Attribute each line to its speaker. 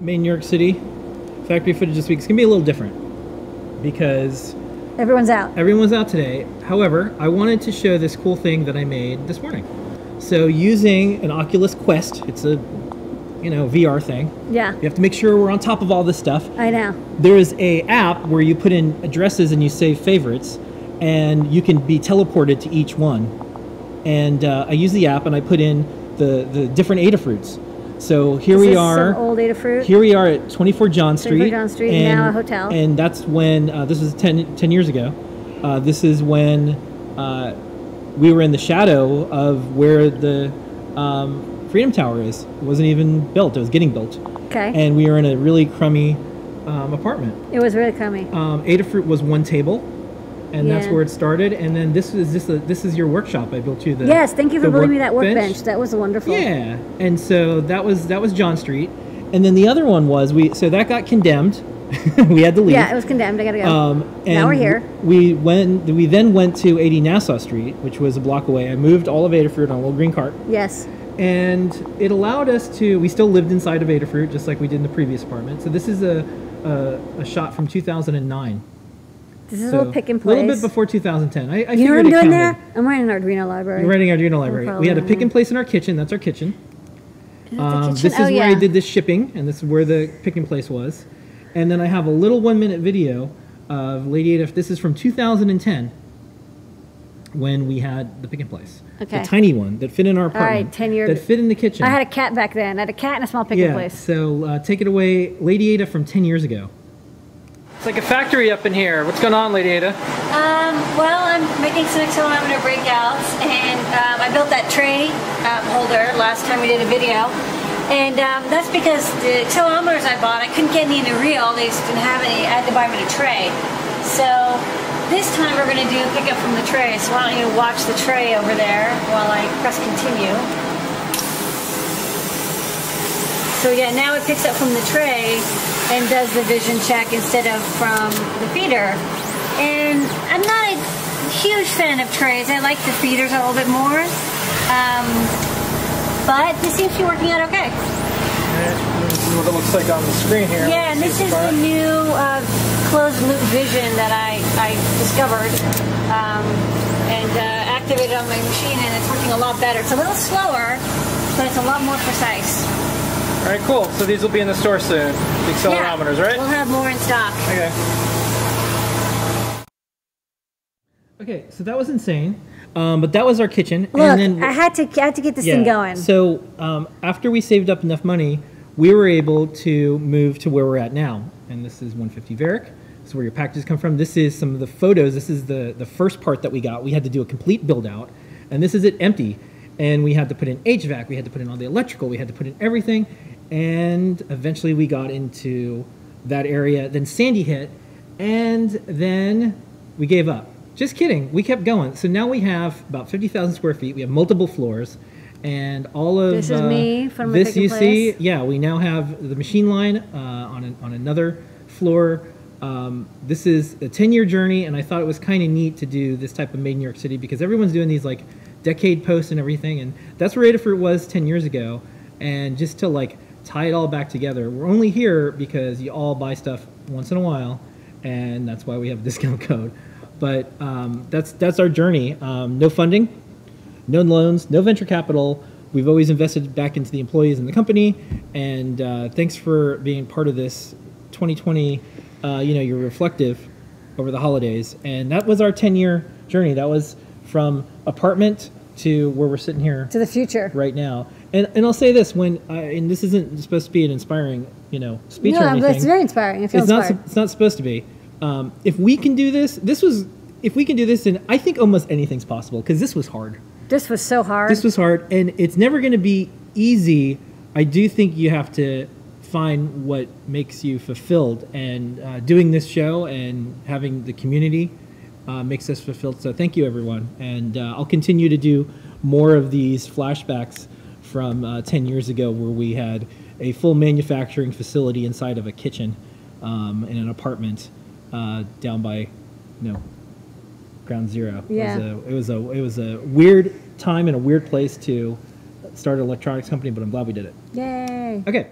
Speaker 1: main New York City factory footage this week is going to be a little different because
Speaker 2: Everyone's out.
Speaker 1: everyone's out today. However, I wanted to show this cool thing that I made this morning. So using an Oculus Quest, it's a you know VR thing.
Speaker 2: Yeah.
Speaker 1: You have to make sure we're on top of all this stuff.
Speaker 2: I know.
Speaker 1: There is a app where you put in addresses and you save favorites, and you can be teleported to each one. And uh, I use the app and I put in the the different Adafruits. So here
Speaker 2: Is
Speaker 1: we
Speaker 2: this
Speaker 1: are.
Speaker 2: Some old Adafruit.
Speaker 1: Here we are at 24 John Street.
Speaker 2: 24 John Street, now a hotel.
Speaker 1: And that's when, uh, this was 10, 10 years ago. Uh, this is when uh, we were in the shadow of where the um, Freedom Tower is. It wasn't even built, it was getting built.
Speaker 2: okay.
Speaker 1: And we were in a really crummy um, apartment.
Speaker 2: it was really crummy.
Speaker 1: Um, Adafruit was one table. And that's
Speaker 2: Yeah.
Speaker 1: where it started. And then this is this a, this is your workshop. I built you the
Speaker 2: yes. Thank you for
Speaker 1: the
Speaker 2: building me that
Speaker 1: workbench.
Speaker 2: workbench. That was wonderful.
Speaker 1: Yeah, and so that was that was John Street, and then the other one was we. So that got condemned. we had to leave.
Speaker 2: Yeah, It was condemned. I gotta go.
Speaker 1: Um, and
Speaker 2: Now we're here.
Speaker 1: We went. We then went to 80 Nassau Street, which was a block away. I moved all of Adafruit on a little green cart,
Speaker 2: yes.
Speaker 1: and it allowed us to. We still lived inside of Adafruit, just like we did in the previous apartment. So this is a a, a shot from 2009.
Speaker 2: This is
Speaker 1: so
Speaker 2: a little pick and
Speaker 1: A
Speaker 2: place.
Speaker 1: little bit before 2010. I, I
Speaker 2: You know what
Speaker 1: figured
Speaker 2: I'm
Speaker 1: it
Speaker 2: doing
Speaker 1: counted.
Speaker 2: there? I'm running an Arduino library.
Speaker 1: We're writing Arduino library. We had a pick
Speaker 2: problem.
Speaker 1: and place in our kitchen. That's our kitchen.
Speaker 2: Is that the
Speaker 1: Um,
Speaker 2: kitchen?
Speaker 1: this is
Speaker 2: oh,
Speaker 1: where
Speaker 2: yeah.
Speaker 1: I did the shipping, and this is where the pick and place was. And then I have a little one minute video of Lady Adaf. This is from 2010 when we had the pick and place.
Speaker 2: Okay.
Speaker 1: The tiny one that fit in our apartment.
Speaker 2: right, 10 year-
Speaker 1: That fit in the kitchen.
Speaker 2: I had a cat back then. I had a cat and a small pick
Speaker 1: yeah,
Speaker 2: and place.
Speaker 1: So uh, take it away, Lady Ada from 10 years ago. It's like a factory up in here. What's going on, Lady Ada?
Speaker 3: Um, well, I'm making some accelerometer breakouts, and um, I built that tray um, holder last time we did a video. And um, that's because the accelerometers I bought, I couldn't get any in the reel. They just didn't have any. I had to buy them in a tray. So this time we're going to do pick up from the tray. So why don't you watch the tray over there while I press continue? So yeah, now it picks up from the tray and does the vision check instead of from the feeder. And I'm not a huge fan of trays. I like the feeders a little bit more. Um, but this seems to be working out okay.
Speaker 1: This is what it looks like on the screen here.
Speaker 3: Yeah, and this is the new uh, closed loop vision that I, I discovered um, and uh, activated on my machine, and it's working a lot better. It's a little slower, but it's a lot more precise.
Speaker 1: All right, cool. So these will be in the store soon. The accelerometers,
Speaker 3: yeah,
Speaker 1: right?
Speaker 3: We'll have more in stock.
Speaker 1: Okay. Okay, so that was insane, um, but that was our kitchen,
Speaker 2: Look,
Speaker 1: and then
Speaker 2: I had to I had to get this
Speaker 1: yeah.
Speaker 2: thing going.
Speaker 1: So um, after we saved up enough money, we were able to move to where we're at now, and this is 150 Varick. This is where your packages come from. This is some of the photos. This is the the first part that we got. We had to do a complete build out, and this is it empty, and we had to put in HVAC, we had to put in all the electrical, we had to put in everything, and eventually we got into that area. Then Sandy hit, and then we gave up. Just kidding. We kept going. So now we have about 50,000 square feet. We have multiple floors. And all of
Speaker 2: This is
Speaker 1: uh,
Speaker 2: me from the
Speaker 1: this
Speaker 2: Pick and
Speaker 1: you see,
Speaker 2: Place.
Speaker 1: yeah. We now have the machine line uh, on an, on another floor. Um, this is a 10 year journey, and I thought it was kind of neat to do this type of made in New York City because everyone's doing these like decade posts and everything, and that's where Adafruit was 10 years ago. And just to like tie it all back together, we're only here because you all buy stuff once in a while, and that's why we have a discount code. But um, that's that's our journey. Um, no funding, no loans, no venture capital. We've always invested back into the employees and the company. And uh, thanks for being part of this 2020. Uh, you know, you're reflective over the holidays, and that was our 10 year journey. That was from apartment to where we're sitting here
Speaker 2: to the future.
Speaker 1: right now. And and I'll say this when I, and this isn't supposed to be an inspiring you know speech
Speaker 2: No,
Speaker 1: or
Speaker 2: I'm-
Speaker 1: anything
Speaker 2: it's very inspiring. I feel
Speaker 1: it's not.
Speaker 2: inspired.
Speaker 1: sup- It's not supposed to be. Um, if we can do this, this was. If we can do this, then I think almost anything's possible because this was hard.
Speaker 2: this was so hard.
Speaker 1: This was hard, and it's never going to be easy. I do think you have to find what makes you fulfilled, and uh, doing this show and having the community uh, makes us fulfilled. So thank you, everyone, and uh, I'll continue to do more of these flashbacks from uh, ten years ago, where we had a full manufacturing facility inside of a kitchen um, in an apartment uh, down by, you know, ground zero.
Speaker 2: Yeah.
Speaker 1: It was, a, it was a it was a weird time and a weird place to start an electronics company, but I'm glad we did it.
Speaker 2: Yay.
Speaker 1: Okay.